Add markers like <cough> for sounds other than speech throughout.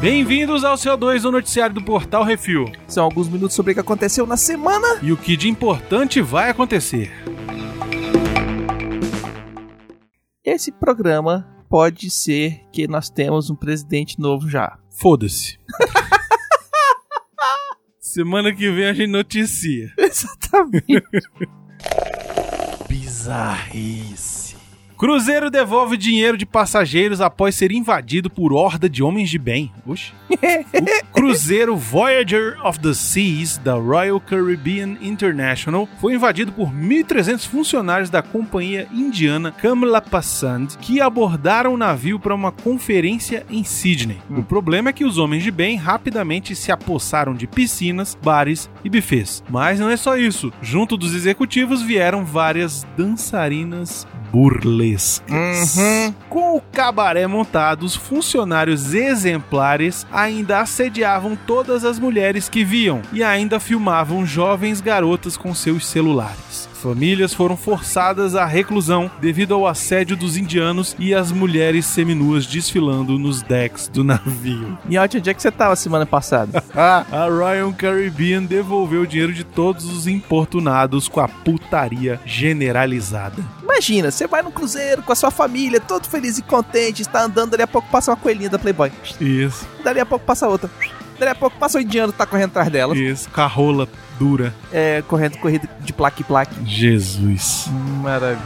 Bem-vindos ao CO2, o noticiário do Portal Refil. São alguns minutos sobre o que aconteceu na semana. E o que de importante vai acontecer? Esse programa pode ser que nós temos um presidente novo já. <laughs> Foda-se. <laughs> Semana que vem a gente noticia. Exatamente. Bizarrice. Cruzeiro devolve dinheiro de passageiros após ser invadido por horda de homens de bem. Oxi. O cruzeiro Voyager of the Seas da Royal Caribbean International foi invadido por 1.300 funcionários da companhia indiana Kamla Passand que abordaram o navio para uma conferência em Sydney. O problema é que os homens de bem rapidamente se apossaram de piscinas, bares e bufês. Mas não é só isso. Junto dos executivos vieram várias dançarinas burlescas. Uhum. Com o cabaré montado, os funcionários exemplares ainda assediavam todas as mulheres que viam e ainda filmavam jovens garotas com seus celulares. Famílias foram forçadas à reclusão devido ao assédio dos indianos e as mulheres seminuas desfilando nos decks do navio. Miotti, onde é que você tava semana passada? A Royal Caribbean devolveu o dinheiro de todos os importunados com a putaria generalizada. Imagina, você vai no cruzeiro com a sua família, todo feliz e contente, está andando, dali a pouco passa uma coelhinha da Playboy. Isso. Dali a pouco passa outra. Dali a pouco passa o indiano que tá correndo atrás dela. Isso, carrola dura. É, correndo corrida de placa em placa. Jesus. Maravilha.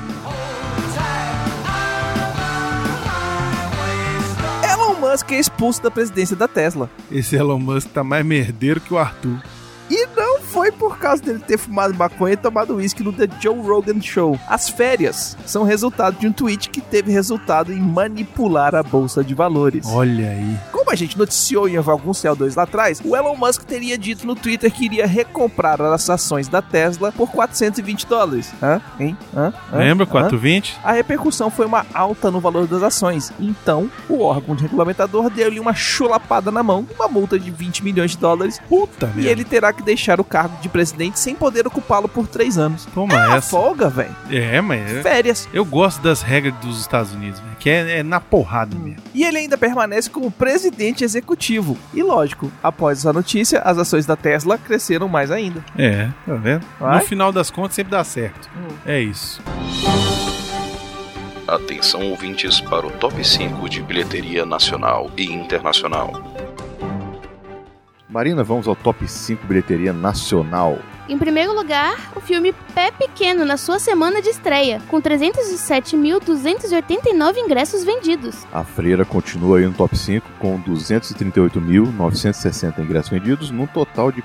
Elon Musk é expulso da presidência da Tesla. Esse Elon Musk tá mais merdeiro que o Arthur. E não foi por causa dele ter fumado maconha e tomado uísque no The Joe Rogan Show. As férias são resultado de um tweet que teve resultado em manipular a bolsa de valores. Olha aí. Como a gente noticiou em algum CO2 lá atrás, o Elon Musk teria dito no Twitter que iria recomprar as ações da Tesla por 420 dólares. Hã? Hein? Hã? Hã? Lembra Hã? 420? A repercussão foi uma alta no valor das ações. Então, o órgão de regulamentador deu-lhe uma chulapada na mão, uma multa de 20 milhões de dólares, Puta e merda. ele terá que deixar o cargo de presidente sem poder ocupá-lo por três anos. Toma É uma essa. folga, velho. É, mas é- Férias. eu gosto das regras dos Estados Unidos, velho, que é, é na porrada mesmo. E ele ainda permanece como presidente executivo. E lógico, após essa notícia, as ações da Tesla cresceram mais ainda. É, tá vendo? Vai? Hum. No final das contas sempre dá certo. É isso. Atenção ouvintes para o top 5 de bilheteria nacional e internacional. Marina, vamos ao top 5 bilheteria nacional. Em primeiro lugar, o filme Pé Pequeno na sua semana de estreia, com 307.289 ingressos vendidos. A Freira continua aí no top 5 com 238.960 ingressos vendidos, num total de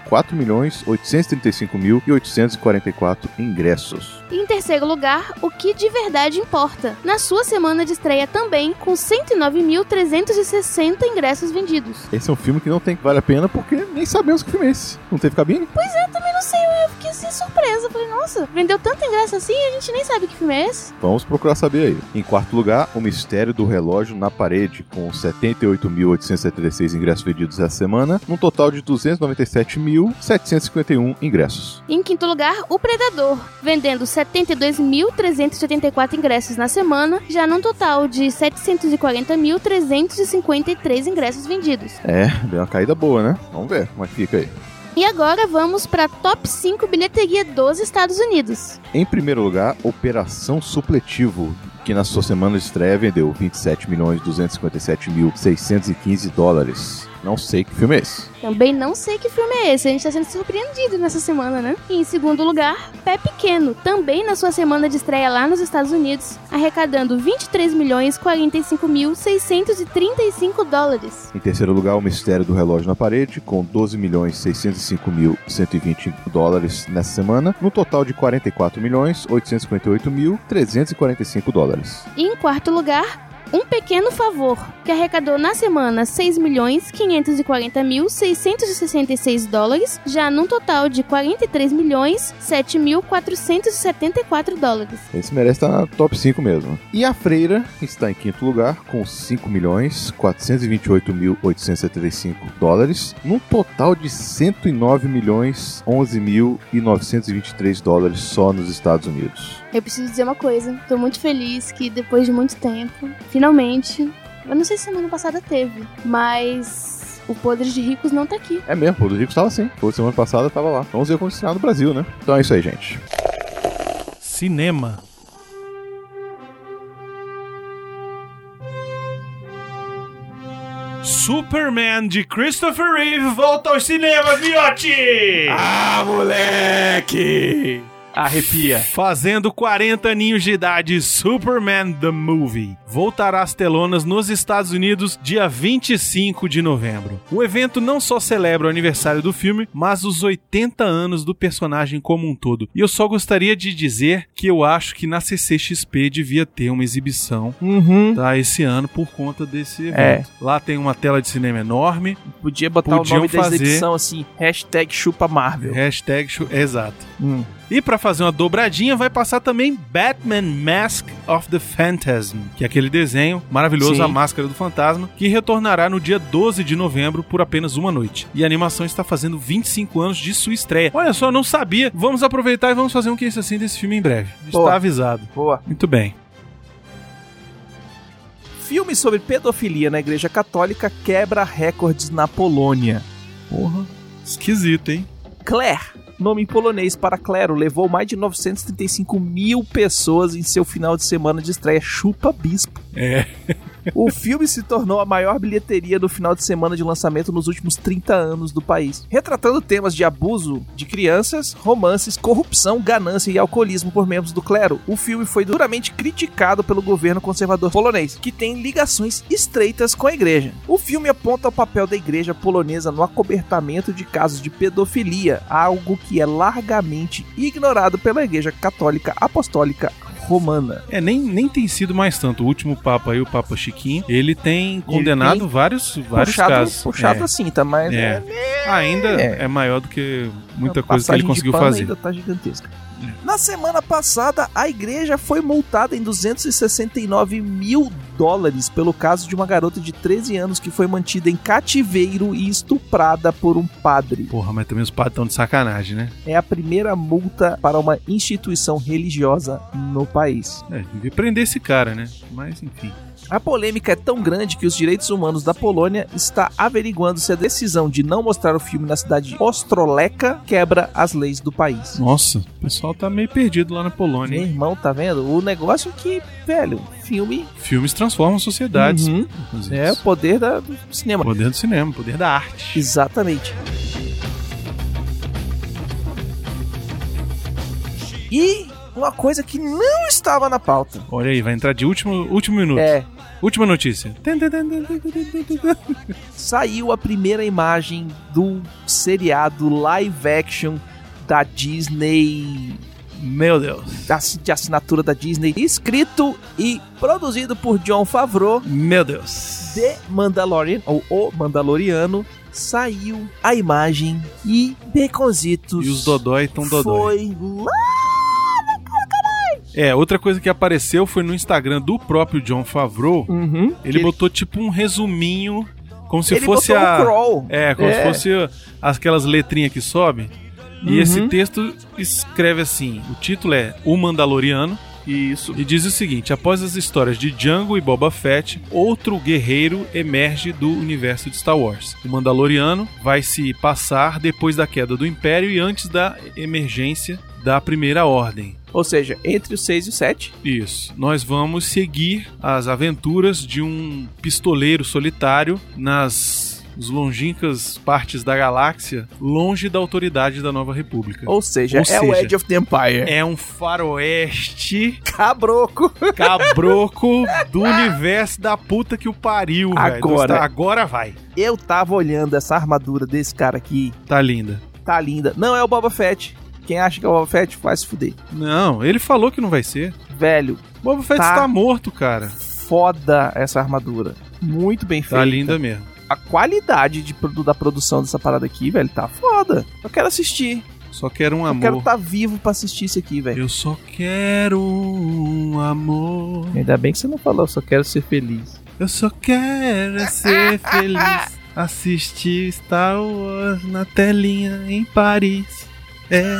4.835.844 ingressos. E em terceiro lugar, O que de verdade importa, na sua semana de estreia também, com 109.360 ingressos vendidos. Esse é um filme que não tem que vale a pena porque nem sabemos que filme é esse. Não teve cabine? Também não sei, eu fiquei assim surpresa, falei, nossa, vendeu tanto ingresso assim, a gente nem sabe que filme é esse. Vamos procurar saber aí. Em quarto lugar, O Mistério do Relógio na Parede, com 78.876 ingressos vendidos essa semana, num total de 297.751 ingressos. Em quinto lugar, O Predador, vendendo 72.384 ingressos na semana, já num total de 740.353 ingressos vendidos. É, deu uma caída boa, né? Vamos ver como é que fica aí. E agora vamos para top 5 bilheteria dos Estados Unidos. Em primeiro lugar, Operação Supletivo, que na sua semana de estreia vendeu 27.257.615 dólares. Não sei que filme é esse. Também não sei que filme é esse, a gente tá sendo surpreendido nessa semana, né? E em segundo lugar, Pé Pequeno, também na sua semana de estreia lá nos Estados Unidos, arrecadando 23.045.635 dólares. Em terceiro lugar, O Mistério do Relógio na Parede, com 12.605.120 dólares nessa semana, no total de 44.858.345 dólares. E em quarto lugar, Um Pequeno Favor, que arrecadou na semana 6.540.666 dólares, já num total de 43.007.474 dólares. Esse merece estar na top 5 mesmo. E a Freira está em quinto lugar com 5.428.875 dólares, num total de 109.011.923 dólares só nos Estados Unidos. Eu preciso dizer uma coisa. Tô muito feliz que depois de muito tempo, semanalmente. Eu não sei se semana passada teve, mas o Podres de Ricos não tá aqui. É mesmo, o do Rico tava sim. Foi semana passada, tava lá. Então, Vamos ver como ensinar no Brasil, né? Então é isso aí, gente. Cinema. Superman de Christopher Reeve volta aos cinemas, Miotti! Ah, moleque! Arrepia. Fazendo 40 aninhos de idade, Superman The Movie voltará às telonas nos Estados Unidos dia 25 de novembro. O evento não só celebra o aniversário do filme, mas os 80 anos do personagem como um todo. E eu só gostaria de dizer que eu acho que na CCXP devia ter uma exibição Uhum. tá, esse ano por conta desse evento. É. Lá tem uma tela de cinema enorme, Então, Podia botar Podiam o nome da fazer. É. edição assim, hashtag chupa Marvel. hashtag... chu- Exato. Hum. E pra fazer uma dobradinha, vai passar também Batman Mask of the Phantasm, que é aquele desenho maravilhoso, Sim. a máscara do fantasma, que retornará no dia 12 de novembro por apenas uma noite. E a animação está fazendo 25 anos de sua estreia. Olha só, eu não sabia. Vamos aproveitar e vamos fazer um que assim desse filme em breve. Boa. Está avisado. Boa. Muito bem. Filme sobre pedofilia na Igreja Católica quebra recordes na Polônia. Porra. Esquisito, hein? Claire. Nome em polonês para Claro levou mais de 935 mil pessoas em seu final de semana de estreia Chupa Bispo. É. O filme se tornou a maior bilheteria do final de semana de lançamento nos últimos 30 anos do país, retratando temas de abuso de crianças, romances, corrupção, ganância e alcoolismo por membros do clero. O filme foi duramente criticado pelo governo conservador polonês, que tem ligações estreitas com a igreja. O filme aponta o papel da igreja polonesa no acobertamento de casos de pedofilia, algo que é largamente ignorado pela igreja católica apostólica romana. É, nem, nem tem sido mais tanto. O último Papa aí, o Papa Chiquinho, ele tem condenado vários, vários puxado, casos. puxado a cinta, mas É. Ainda É. é. maior do que muita A coisa que ele passagem de conseguiu pano fazer. É. Ainda tá gigantesca. Na semana passada, a igreja foi multada em 269 mil dólares pelo caso de uma garota de 13 anos que foi mantida em cativeiro e estuprada por um padre. Porra, mas também os padres estão de sacanagem, né? É a primeira multa para uma instituição religiosa no país. É, devia prender esse cara, né? Mas enfim. A polêmica é tão grande que os direitos humanos da Polônia está averiguando se a decisão de não mostrar o filme na cidade de Ostroleca quebra as leis do país. Nossa, o pessoal tá meio perdido lá na Polônia. Meu hein? irmão, tá vendo? O negócio que, velho, filme. Filmes transformam sociedades. Uhum. inclusive. É o poder da, do cinema. Poder do cinema, poder da arte. Exatamente. E uma coisa que não estava na pauta. Olha aí, vai entrar de último, último minuto. É, Última notícia. saiu a primeira imagem do seriado live action da Disney Meu Deus. da- de assinatura da Disney, escrito e produzido por John Favreau, Meu Deus. The Mandalorian, ou O Mandaloriano, saiu a imagem e Beconzitos E os Dodói tão Dodói. foi lá. É, outra coisa que apareceu foi no Instagram do próprio John Favreau. Uhum. Ele, botou tipo um resuminho, como se ele fosse botou a. um crawl. É, como É. se fosse aquelas letrinhas que sobem. Uhum. E esse texto escreve assim: o título é O Mandaloriano. Isso. E diz o seguinte: após as histórias de Django e Boba Fett, outro guerreiro emerge do universo de Star Wars. O Mandaloriano vai se passar depois da queda do Império e antes da emergência da Primeira Ordem. Ou seja, entre o 6 e o 7. Isso. Nós vamos seguir as aventuras de um pistoleiro solitário nas nas longínquas partes da galáxia, longe da autoridade da Nova República. Ou seja, Ou é o seja, Edge of the Empire. É um faroeste Cabroco. cabroco do universo da puta que o pariu, velho. Nós Agora. tá- Agora vai. Eu tava olhando essa armadura desse cara aqui. Tá linda. Tá linda. Não é o Boba Fett. Quem acha que é o Boba Fett, vai se fuder. Não, ele falou que não vai ser. Velho, Boba Fett Tá. está morto, cara. foda essa armadura. Muito bem feita. Tá linda mesmo. A qualidade de produ- da produção dessa parada aqui, velho, tá foda. Eu quero assistir. Só quero um Eu quero amor. estar tá vivo pra assistir isso aqui, velho. Eu só quero um amor. Ainda bem que você não falou, eu só quero ser feliz. Eu só quero é <laughs> ser feliz. Assistir Star Wars na telinha em Paris. É.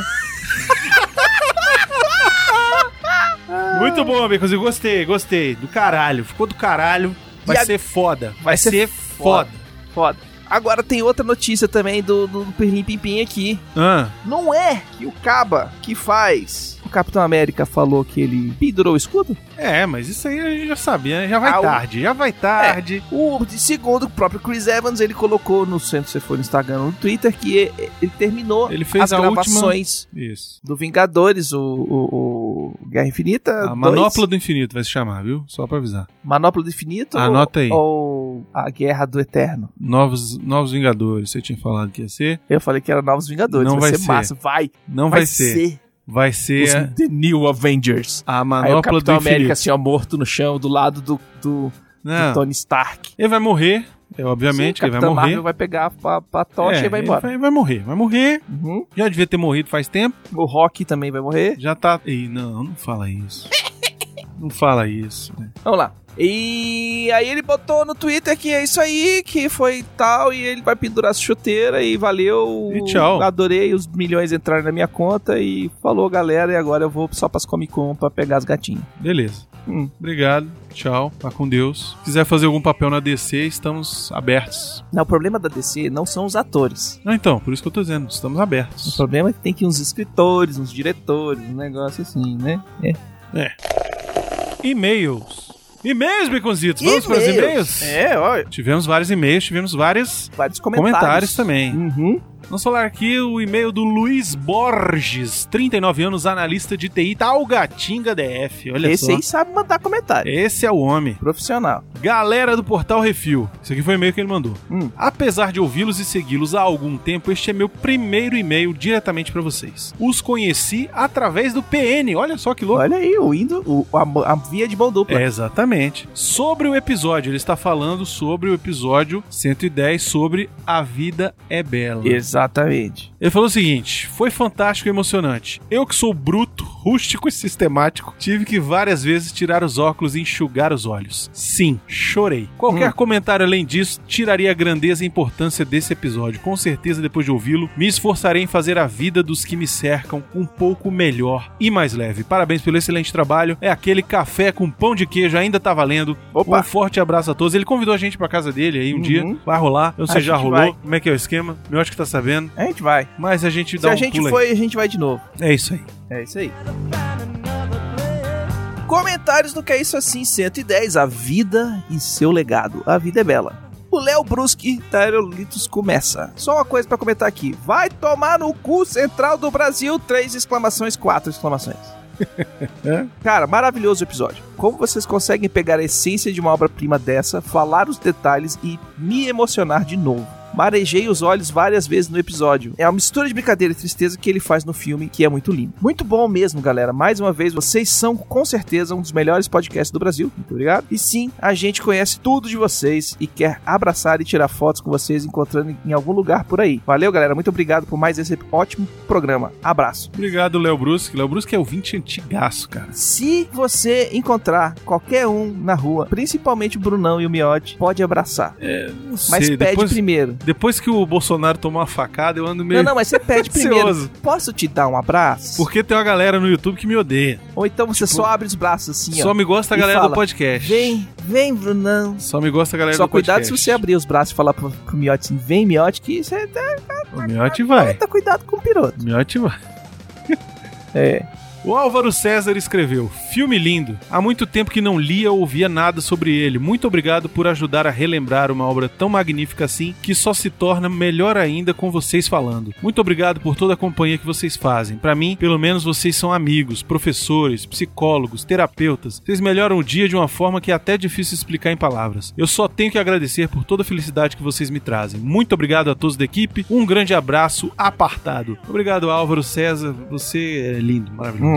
Muito bom, amigos. Eu gostei, gostei. Do caralho. Ficou do caralho. Vai E a- ser foda. Vai Vai ser ser, foda. Foda. Agora tem outra notícia também do, do Pirlim Pimpim aqui. Ah, Não é que o Caba que faz. O Capitão América falou que ele pendurou o escudo? é, mas isso aí a gente já sabia, né? Já vai Ah, o- tarde, já vai tarde. O de segundo, o próprio Chris Evans, ele colocou no centro, se for no Instagram ou no Twitter, que e- ele terminou Ele fez É, as a gravações Isso. do Vingadores, o, o- o Guerra Infinita. A É, dois. Manopla do Infinito vai se chamar, viu? Só pra avisar. Manopla do Infinito. Anota aí. Ou a Guerra do Eterno. Novos, Novos Vingadores, você tinha falado que ia ser. Eu falei que era Novos Vingadores. Não vai, vai ser, ser. massa. Vai. Não vai, ser. Vai ser Os The New Avengers. a É. Aí o Manopla do Capitão Infinito. América, assim, ó, morto no chão, do lado do, do, do Não. Tony Stark. Ele vai morrer, é, Ah. obviamente, Sim, o ele vai Capitão morrer. Marvel vai pegar a, a tocha É, e vai ele embora. Vai, vai morrer, vai morrer. Uhum. Já devia ter morrido faz tempo. O Rock também vai morrer. Já tá. Ei, não, não fala <laughs> isso. não fala isso. né? Vamos lá. E aí ele botou no Twitter que é isso aí, que foi tal, e ele vai pendurar a chuteira e valeu. E tchau. Adorei, os milhões entraram na minha conta e falou, galera, e agora eu vou só pras Comic Con pra pegar as gatinhas. Beleza. Hum. Obrigado, tchau, vá com Deus. Se quiser fazer algum papel na DC, estamos abertos. Não, o problema da DC não são os atores. Não, então, por isso que eu tô dizendo, estamos O abertos. problema é que tem que uns escritores, uns diretores, um negócio assim, né? É. E-mails. E-mails, Beconzitos, vamos para os e-mails? É, ó, Tivemos vários e-mails, tivemos vários vários comentários. comentários também. Uhum. Vamos falar aqui o e-mail do Luiz Borges, 39 anos, analista de tá TI, Talgatinga DF. Olha Esse só. aí sabe mandar comentário. Esse é o homem. Profissional. Galera do Portal Refil. Isso aqui foi o e-mail que ele mandou. Hum. Apesar de ouvi-los e segui-los há algum tempo, este é meu primeiro e-mail diretamente pra vocês. Os conheci através do PN. Olha só que louco. Olha aí, o indo, o- a, a via de mão dupla. É, exatamente. Sobre o episódio, ele está falando sobre o episódio 110 sobre A Vida é Bela. Exatamente. Ele falou o seguinte: foi fantástico e emocionante. Eu que sou bruto, rústico e sistemático, tive que várias vezes tirar os óculos e enxugar os olhos. Sim, chorei. Qualquer Hum. comentário além disso tiraria a grandeza e importância desse episódio. Com certeza, depois de ouvi-lo, me esforçarei em fazer a vida dos que me cercam um pouco melhor e mais leve. Parabéns pelo excelente trabalho. É aquele café com pão de queijo, ainda tá valendo. Opa. Um forte abraço a todos. Ele convidou a gente pra casa dele aí um Uhum. dia. Vai rolar. Eu A sei, já gente rolou. vai. Como é que é o esquema? Eu acho que tá sabendo. A gente vai. Mas a gente Se dá a um gente pulo aí. foi, a gente vai de novo. É isso aí. É isso aí. Comentários do que é isso assim 110, a vida e seu legado. A vida é bela. O Léo Brusque da Aerolitos começa. Só uma coisa pra comentar aqui. Vai tomar no cu central do Brasil, três exclamações, quatro exclamações. Cara, maravilhoso episódio. Como vocês conseguem pegar a essência de uma obra-prima dessa, falar os detalhes e me emocionar de novo? Marejei os olhos várias vezes no episódio. É uma mistura de brincadeira e tristeza que ele faz no filme, que é muito lindo. Muito bom mesmo, galera. Mais uma vez, vocês são com certeza um dos melhores podcasts do Brasil. Muito obrigado. E sim, a gente conhece tudo de vocês e quer abraçar e tirar fotos com vocês encontrando em algum lugar por aí. Valeu, galera. Muito obrigado por mais esse ótimo programa. Abraço. Obrigado, Léo Brusque. Léo Brusque é ouvinte antigaço, cara. Se você encontrar qualquer um na rua, principalmente o Brunão e o Miotti, pode abraçar. Não Mas sei, pede depois, primeiro. depois que o Bolsonaro tomou uma facada, eu ando meio Não, não, mas <laughs> você pede primeiro. ansioso. Posso te dar um abraço? Porque tem uma galera no YouTube que me odeia. Ou então você só abre os braços assim, Tipo, Só ó. me gosta a E galera fala, do podcast. Vem, vem, Brunão. Só me gosta a galera Só do cuidado podcast. se você é abrir os braços e falar pro, pro Miotti assim, vem, Miotti, que você tá, O Miote vai. tá cuidado com o piroto. O Miote vai. É. O Álvaro César escreveu: Filme lindo. Há muito tempo que não lia ou ouvia nada sobre ele. Muito obrigado por ajudar a relembrar uma obra tão magnífica assim, que só se torna melhor ainda com vocês falando. Muito obrigado por toda a companhia que vocês fazem. Pra mim, pelo menos vocês são amigos, professores, psicólogos, terapeutas. Vocês melhoram o dia de uma forma que é até difícil explicar em palavras. Eu só tenho que agradecer por toda a felicidade que vocês me trazem. Muito obrigado a todos da equipe. Um grande abraço apartado. Obrigado, Álvaro César. Você é lindo, maravilhoso. Hum.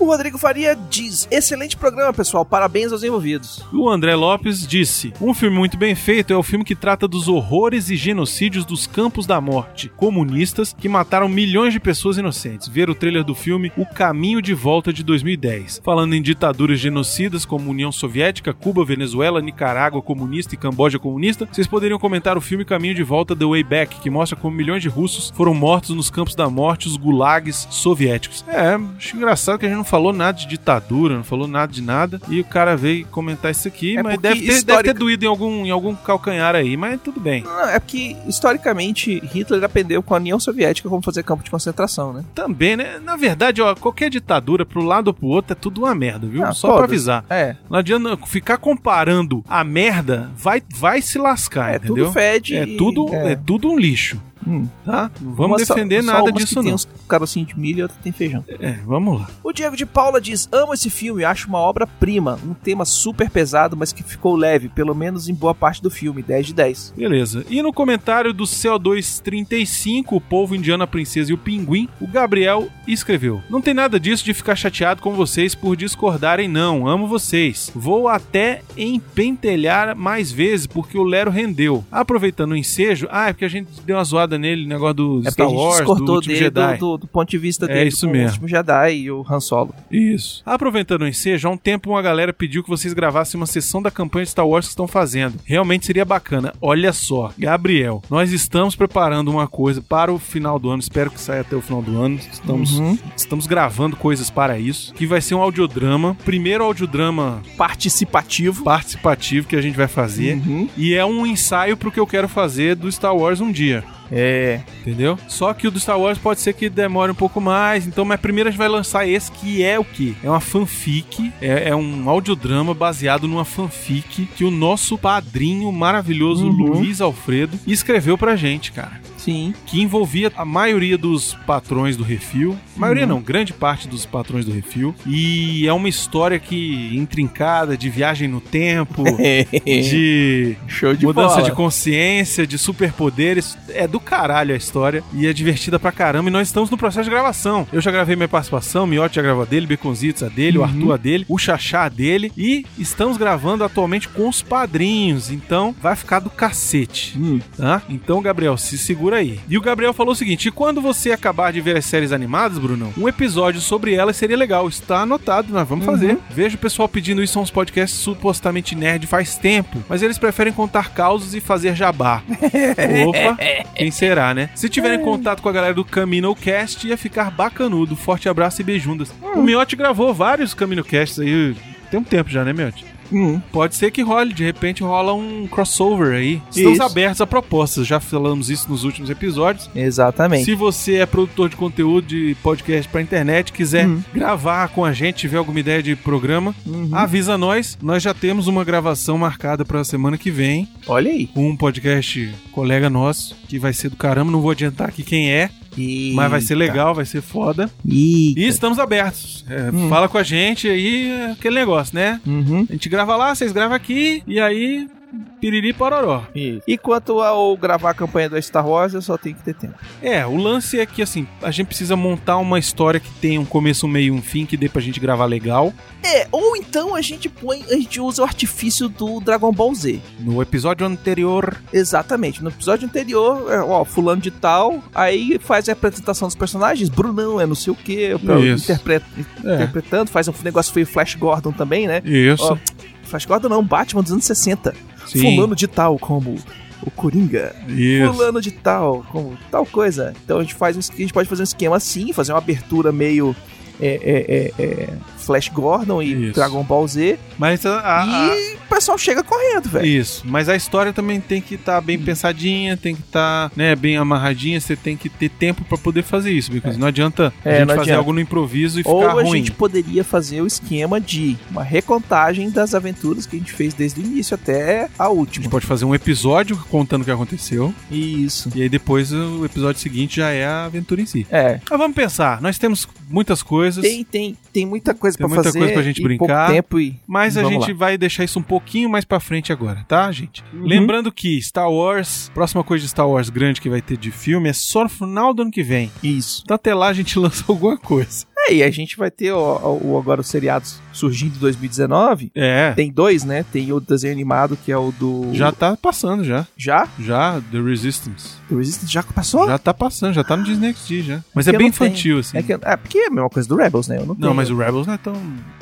O Rodrigo Faria diz: excelente programa, pessoal. Parabéns aos envolvidos. O André Lopes disse: Um filme muito bem feito é o filme que trata dos horrores e genocídios dos campos da morte, comunistas que mataram milhões de pessoas inocentes. Ver o trailer do filme O Caminho de Volta de 2010. Falando em ditaduras genocidas como União Soviética, Cuba, Venezuela, Nicarágua comunista e Camboja comunista, vocês poderiam comentar o filme Caminho de Volta The Way Back, que mostra como milhões de russos foram mortos nos campos da morte, os gulags soviéticos. É, acho engraçado que a gente não falou nada de ditadura, não falou nada de nada. E o cara veio comentar isso aqui, É mas porque deve ter, histórica- deve ter doído em algum, em algum calcanhar aí, mas tudo bem. Não, é porque, historicamente, Hitler aprendeu com a União Soviética como fazer campo de concentração, né? Também, né? Na verdade, ó, qualquer ditadura, pro lado ou pro outro, é tudo uma merda, viu? Ah, Só pra foda-se. avisar. É. Não adianta ficar comparando a merda, vai, vai se lascar, é, entendeu? tudo fede. é e- tudo é. tudo um lixo, Hum. tá? Não vamos Uma só- defender só nada umas que disso Tem não. uns carocinhos de milho e outra tem feijão. É, vamos lá. O Diego de Paula diz: Amo esse filme, acho uma obra-prima. Um tema super pesado, mas que ficou leve, pelo menos em boa parte do filme. 10 de 10. Beleza. E no comentário do CO235, o povo indiano, a princesa e o pinguim, o Gabriel escreveu: Não tem nada disso de ficar chateado com vocês por discordarem, não. Amo vocês. Vou até empentelhar mais vezes porque o Lero rendeu. Aproveitando o ensejo, ah, é porque a gente deu uma zoada nele, negócio do é porque Star a gente Wars, do discordou Último dele Jedi. do, do- do ponto de vista É dele isso com o mesmo. último Jedi e o Han Solo. Isso. Aproveitando o ensejo, há um tempo uma galera pediu que vocês gravassem uma sessão da campanha de Star Wars que estão fazendo. Realmente seria bacana. Olha só, Gabriel, nós estamos preparando uma coisa para o final do ano. Espero que saia até o final do ano. Estamos, Uhum. estamos gravando coisas para isso. Que vai ser um audiodrama. Primeiro audiodrama Participativo. participativo que a gente vai fazer. Uhum. E é um ensaio pro que eu quero fazer do Star Wars um dia. É. Entendeu? Só que o do Star Wars pode ser que demore um pouco mais. Então, mas primeiro a gente vai lançar esse que é o quê? É uma fanfic, é, é um audiodrama baseado numa fanfic que o nosso padrinho maravilhoso Uhum. Luiz Alfredo escreveu pra gente, cara. Sim. Que envolvia a maioria dos patrões do refil. Maioria não, grande parte dos patrões do refil. E é uma história que intrincada, de viagem no tempo, de <laughs> Show de Mudança bola. de consciência, de superpoderes. É do caralho a história. E é divertida pra caramba. E nós estamos no processo de gravação. Eu já gravei minha participação, Miotti já gravou a dele, Beconzitos a dele, o Arthur a dele, o Xaxá a dele. E estamos gravando atualmente com os padrinhos. Então vai ficar do cacete. Hum. Tá? Então, Gabriel, se segura aí. E o Gabriel falou o seguinte: e quando você acabar de ver as séries animadas, Brunão, um episódio sobre elas seria legal. Está anotado, nós vamos fazer. Vejo o pessoal pedindo isso a uns podcasts supostamente nerd faz tempo, mas eles preferem contar causos e fazer jabá. Opa, quem será, né? Se tiverem contato com a galera do Camino Cast, ia ficar bacanudo. Forte abraço e beijundas. O Miotti gravou vários Camino Casts aí. Tem um tempo já, né, Miotti? Hum. Pode ser que role, de repente rola um crossover aí. Estamos Isso. abertos a propostas, já falamos isso nos últimos episódios. Exatamente. Se você é produtor de conteúdo de podcast pra internet, quiser Uhum. gravar com a gente, tiver alguma ideia de programa, Uhum. avisa nós. Nós já temos uma gravação marcada pra semana que vem Olha aí. com um podcast colega nosso, que vai ser do caramba, não vou adiantar aqui quem é, mas vai ser legal, vai ser foda. E Isso. estamos abertos. É, Hum. Fala com a gente aí, é aquele negócio, né? Uhum. A gente grava lá, vocês gravam aqui, e aí, piriri pororó. E quanto ao gravar a campanha do Star Wars, eu só tenho que ter tempo. É, o lance é que, assim, a gente precisa montar uma história que tenha um começo, um meio e um fim, que dê pra gente gravar legal. É, ou então a gente põe, a gente usa o artifício do Dragon Ball Z. No episódio anterior... Exatamente. No episódio anterior, é, ó, fulano de tal, aí faz a apresentação dos personagens, Brunão é não sei o quê, eu Isso. É. interpreto, interpretando, faz um negócio feio Flash Gordon também, né? Isso. Ó, Flash Gordon não, Batman dos anos 60. Sim. Fulano de tal, como o Coringa. Isso. fulano de tal, com tal coisa. Então a gente faz um, esque- a gente pode fazer um esquema assim, fazer uma abertura meio é, é, é, é, Flash Gordon e Isso. Dragon Ball Z. Mas a- a- a- E o pessoal chega correndo, velho. Isso, mas a história também tem que estar bem pensadinha, tem que estar né, bem amarradinha, você tem que ter tempo pra poder fazer isso, porque não adianta É, a gente não fazer adianta. algo no improviso e Ou ficar a ruim. gente poderia fazer o esquema de uma recontagem das aventuras que a gente fez desde o início até a A gente última. pode fazer um episódio contando o que aconteceu, Isso. e aí depois o episódio seguinte já é a aventura em si. É. Mas vamos pensar, nós temos muitas coisas, Tem, tem, tem muita coisa Tem pra muita fazer. coisa pra gente em pouco brincar. tempo e mas a Vamos gente vai deixar isso um pouquinho mais pra frente agora, tá, gente? Uhum. Lembrando que Star Wars, próxima coisa de Star Wars grande que vai ter de filme é só no final do ano que vem. Isso. Então até lá a gente <laughs> lança alguma coisa. É, e a gente vai ter o, o- o- agora os seriados surgindo em 2019. É. Tem dois, né? Tem o desenho animado, que é o do. Já tá passando já. Já? Já, The Resistance. O Resistance já passou? Já tá passando, já tá no Disney XD já. Mas que é eu bem não tenho. infantil, assim. É, que, é porque é a mesma coisa do Rebels, né? Eu não, Não, tenho. mas o Rebels não é tão.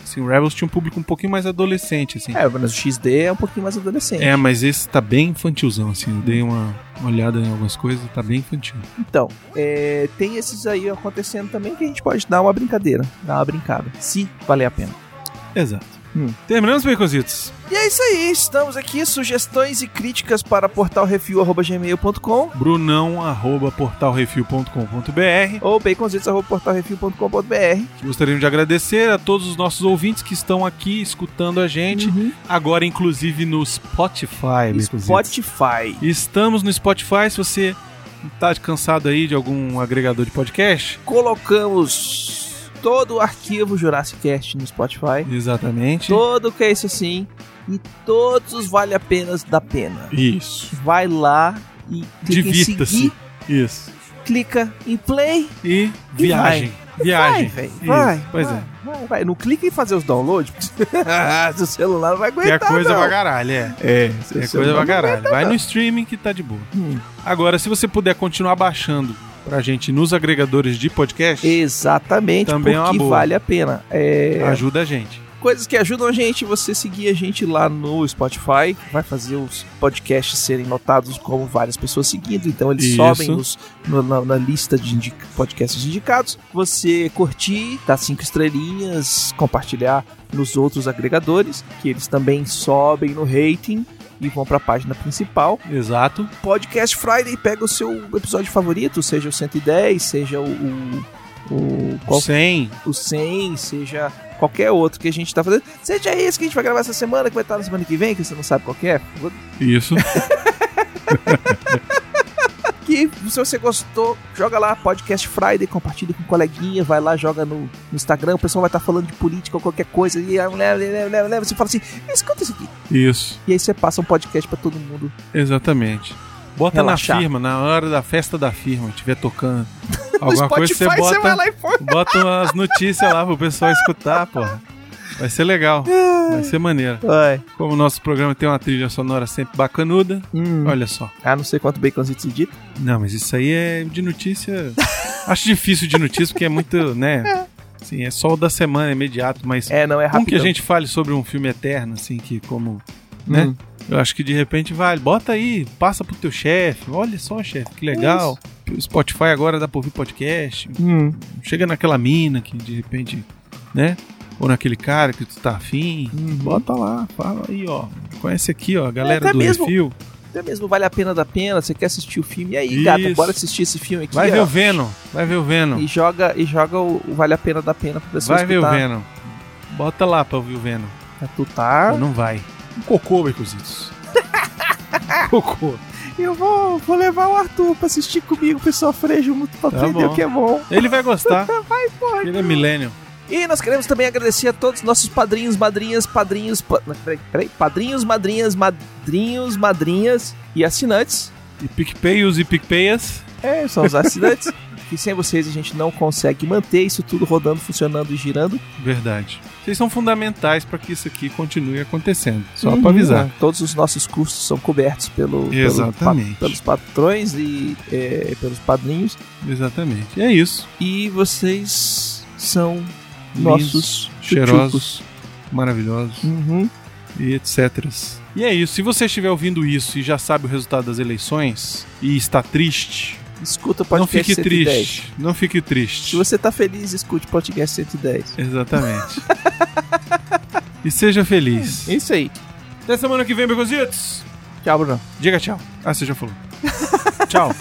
Assim, o Rebels tinha um público um pouquinho mais adolescente, assim. É, mas o XD é um pouquinho mais adolescente. É, mas esse tá bem infantilzão, assim. Eu dei uma olhada em algumas coisas, tá bem infantil. Então, é, tem esses aí acontecendo também que a gente pode dar uma brincadeira, dar uma brincada, se valer a pena. Exato. Hum. Terminamos, Pecositos. E é isso aí, estamos aqui. Sugestões e críticas para portalrefil.gmail.com brunão.portalrefil.com.br ou baconzitos.portalrefil.com.br. Gostaríamos de agradecer a todos os nossos ouvintes que estão aqui escutando a gente, agora inclusive no Spotify, Pecositos. Uhum. Spotify. Estamos no Spotify, se você tá cansado aí de algum agregador de podcast, Colocamos todo o arquivo Jurassic Cast no Spotify. exatamente. Todo o que é isso assim. E todos os vale a penas da pena. Isso. Vai lá e clica em Divirta-se. seguir, Isso. clica em play. E E viagem. Vai, Viagem. velho. Isso. Vai. Pois vai, é. Vai, vai. Não clica em fazer os downloads, porque <laughs> seu celular não vai Que é aguentar. coisa não. pra caralho, é. É, É coisa pra caralho. Vai no streaming que tá de boa. Hum. Agora, se você puder continuar baixando pra gente nos agregadores de podcast, Exatamente, Também é uma porque boa. Ah. vale a pena. É, ajuda a gente. Coisas que ajudam a gente, você seguir a gente lá no Spotify, vai fazer os podcasts serem notados como várias pessoas seguindo, então eles Isso. sobem nos- no- na, na lista de indi- podcasts indicados. Você curtir, dar cinco estrelinhas, compartilhar nos outros agregadores, que eles também sobem no rating e vão para a página principal. Exato. Podcast Friday pega o seu episódio favorito, seja o 110, seja o. o, o qual- Sem. o 100, seja qualquer outro que a gente tá fazendo. Seja esse que a gente vai gravar essa semana, que vai estar na semana que vem, que você não sabe qual que é. Isso. Que se você gostou, joga lá, Podcast Friday, compartilha com um coleguinha, vai lá, joga no, no Instagram, o pessoal vai estar falando de política ou qualquer coisa, e aí, leva, leva, leva, leva, você fala assim, escuta isso aqui. Isso. E aí você passa um podcast pra todo mundo. Exatamente. Bota Relaxar. na firma, na hora da festa da firma, tiver <laughs> tocando alguma coisa, você bota, vai lá e põe. bota umas notícias lá pro pessoal escutar, porra. Vai ser legal. Vai ser maneiro. Vai. Como o nosso programa tem uma trilha sonora sempre bacanuda, Hum. olha só. Ah, não sei quanto baconzitos edita. Não, mas isso aí é de <laughs> notícia. Acho difícil de notícia, porque é muito, né? Sim, é só o da semana, é imediato, mas É, não, é como rápido. que a gente fale sobre um filme eterno, assim, que como. né? Hum. Eu acho que de repente vale. Bota aí, passa pro teu chefe. Olha só, chefe, que legal. O Spotify agora dá pra ouvir podcast. Hum. Chega naquela mina que de repente, né? Ou naquele cara que tu tá afim. Bota lá, fala aí, ó. Conhece aqui, ó, a galera É, até do mesmo. refil. Até mesmo vale a pena da pena, você quer assistir o filme, e aí, Isso. gata, bora assistir esse filme aqui, Vai ó. ver o Venom, vai ver o Venom. E joga, e joga o, o Vale a Pena da Pena pra pessoa Vai ver o escutar. Venom. Bota lá pra ouvir o Venom. Tu tá? Ou Não vai. Um cocô, <laughs> Becositos. cocô. Eu vou, vou levar o Arthur pra assistir comigo, pessoal frejo muito pra Tá aprender bom. o que é bom. Ele vai gostar. Ele é millennial. E nós queremos também agradecer a todos os nossos padrinhos, madrinhas, padrinhos. Pa... não, Peraí, peraí. Padrinhos, madrinhas, madrinhos, madrinhas e assinantes. E PicPayos e PicPayas. É, são <laughs> os assinantes. que sem vocês a gente não consegue manter isso tudo rodando, funcionando e girando. Verdade. Vocês são fundamentais para que isso aqui continue acontecendo. Só Uhum. pra avisar. É, Todos os nossos custos são cobertos pelo, pelo Exatamente. pa- pelos patrões e é, pelos padrinhos. Exatamente. E é isso. E vocês são nossos Cheirosos, maravilhosos tchutchucos. Uhum. e etc. E é isso. Se você estiver ouvindo isso e já sabe o resultado das eleições e está triste, Escuta o não fique podcast 110. triste. Não fique Se triste. você tá feliz, escute o podcast 110. Exatamente. e seja feliz. É isso aí. Até semana que vem, Becositos. Tchau, Bruno. Diga tchau. Ah, você já falou. tchau.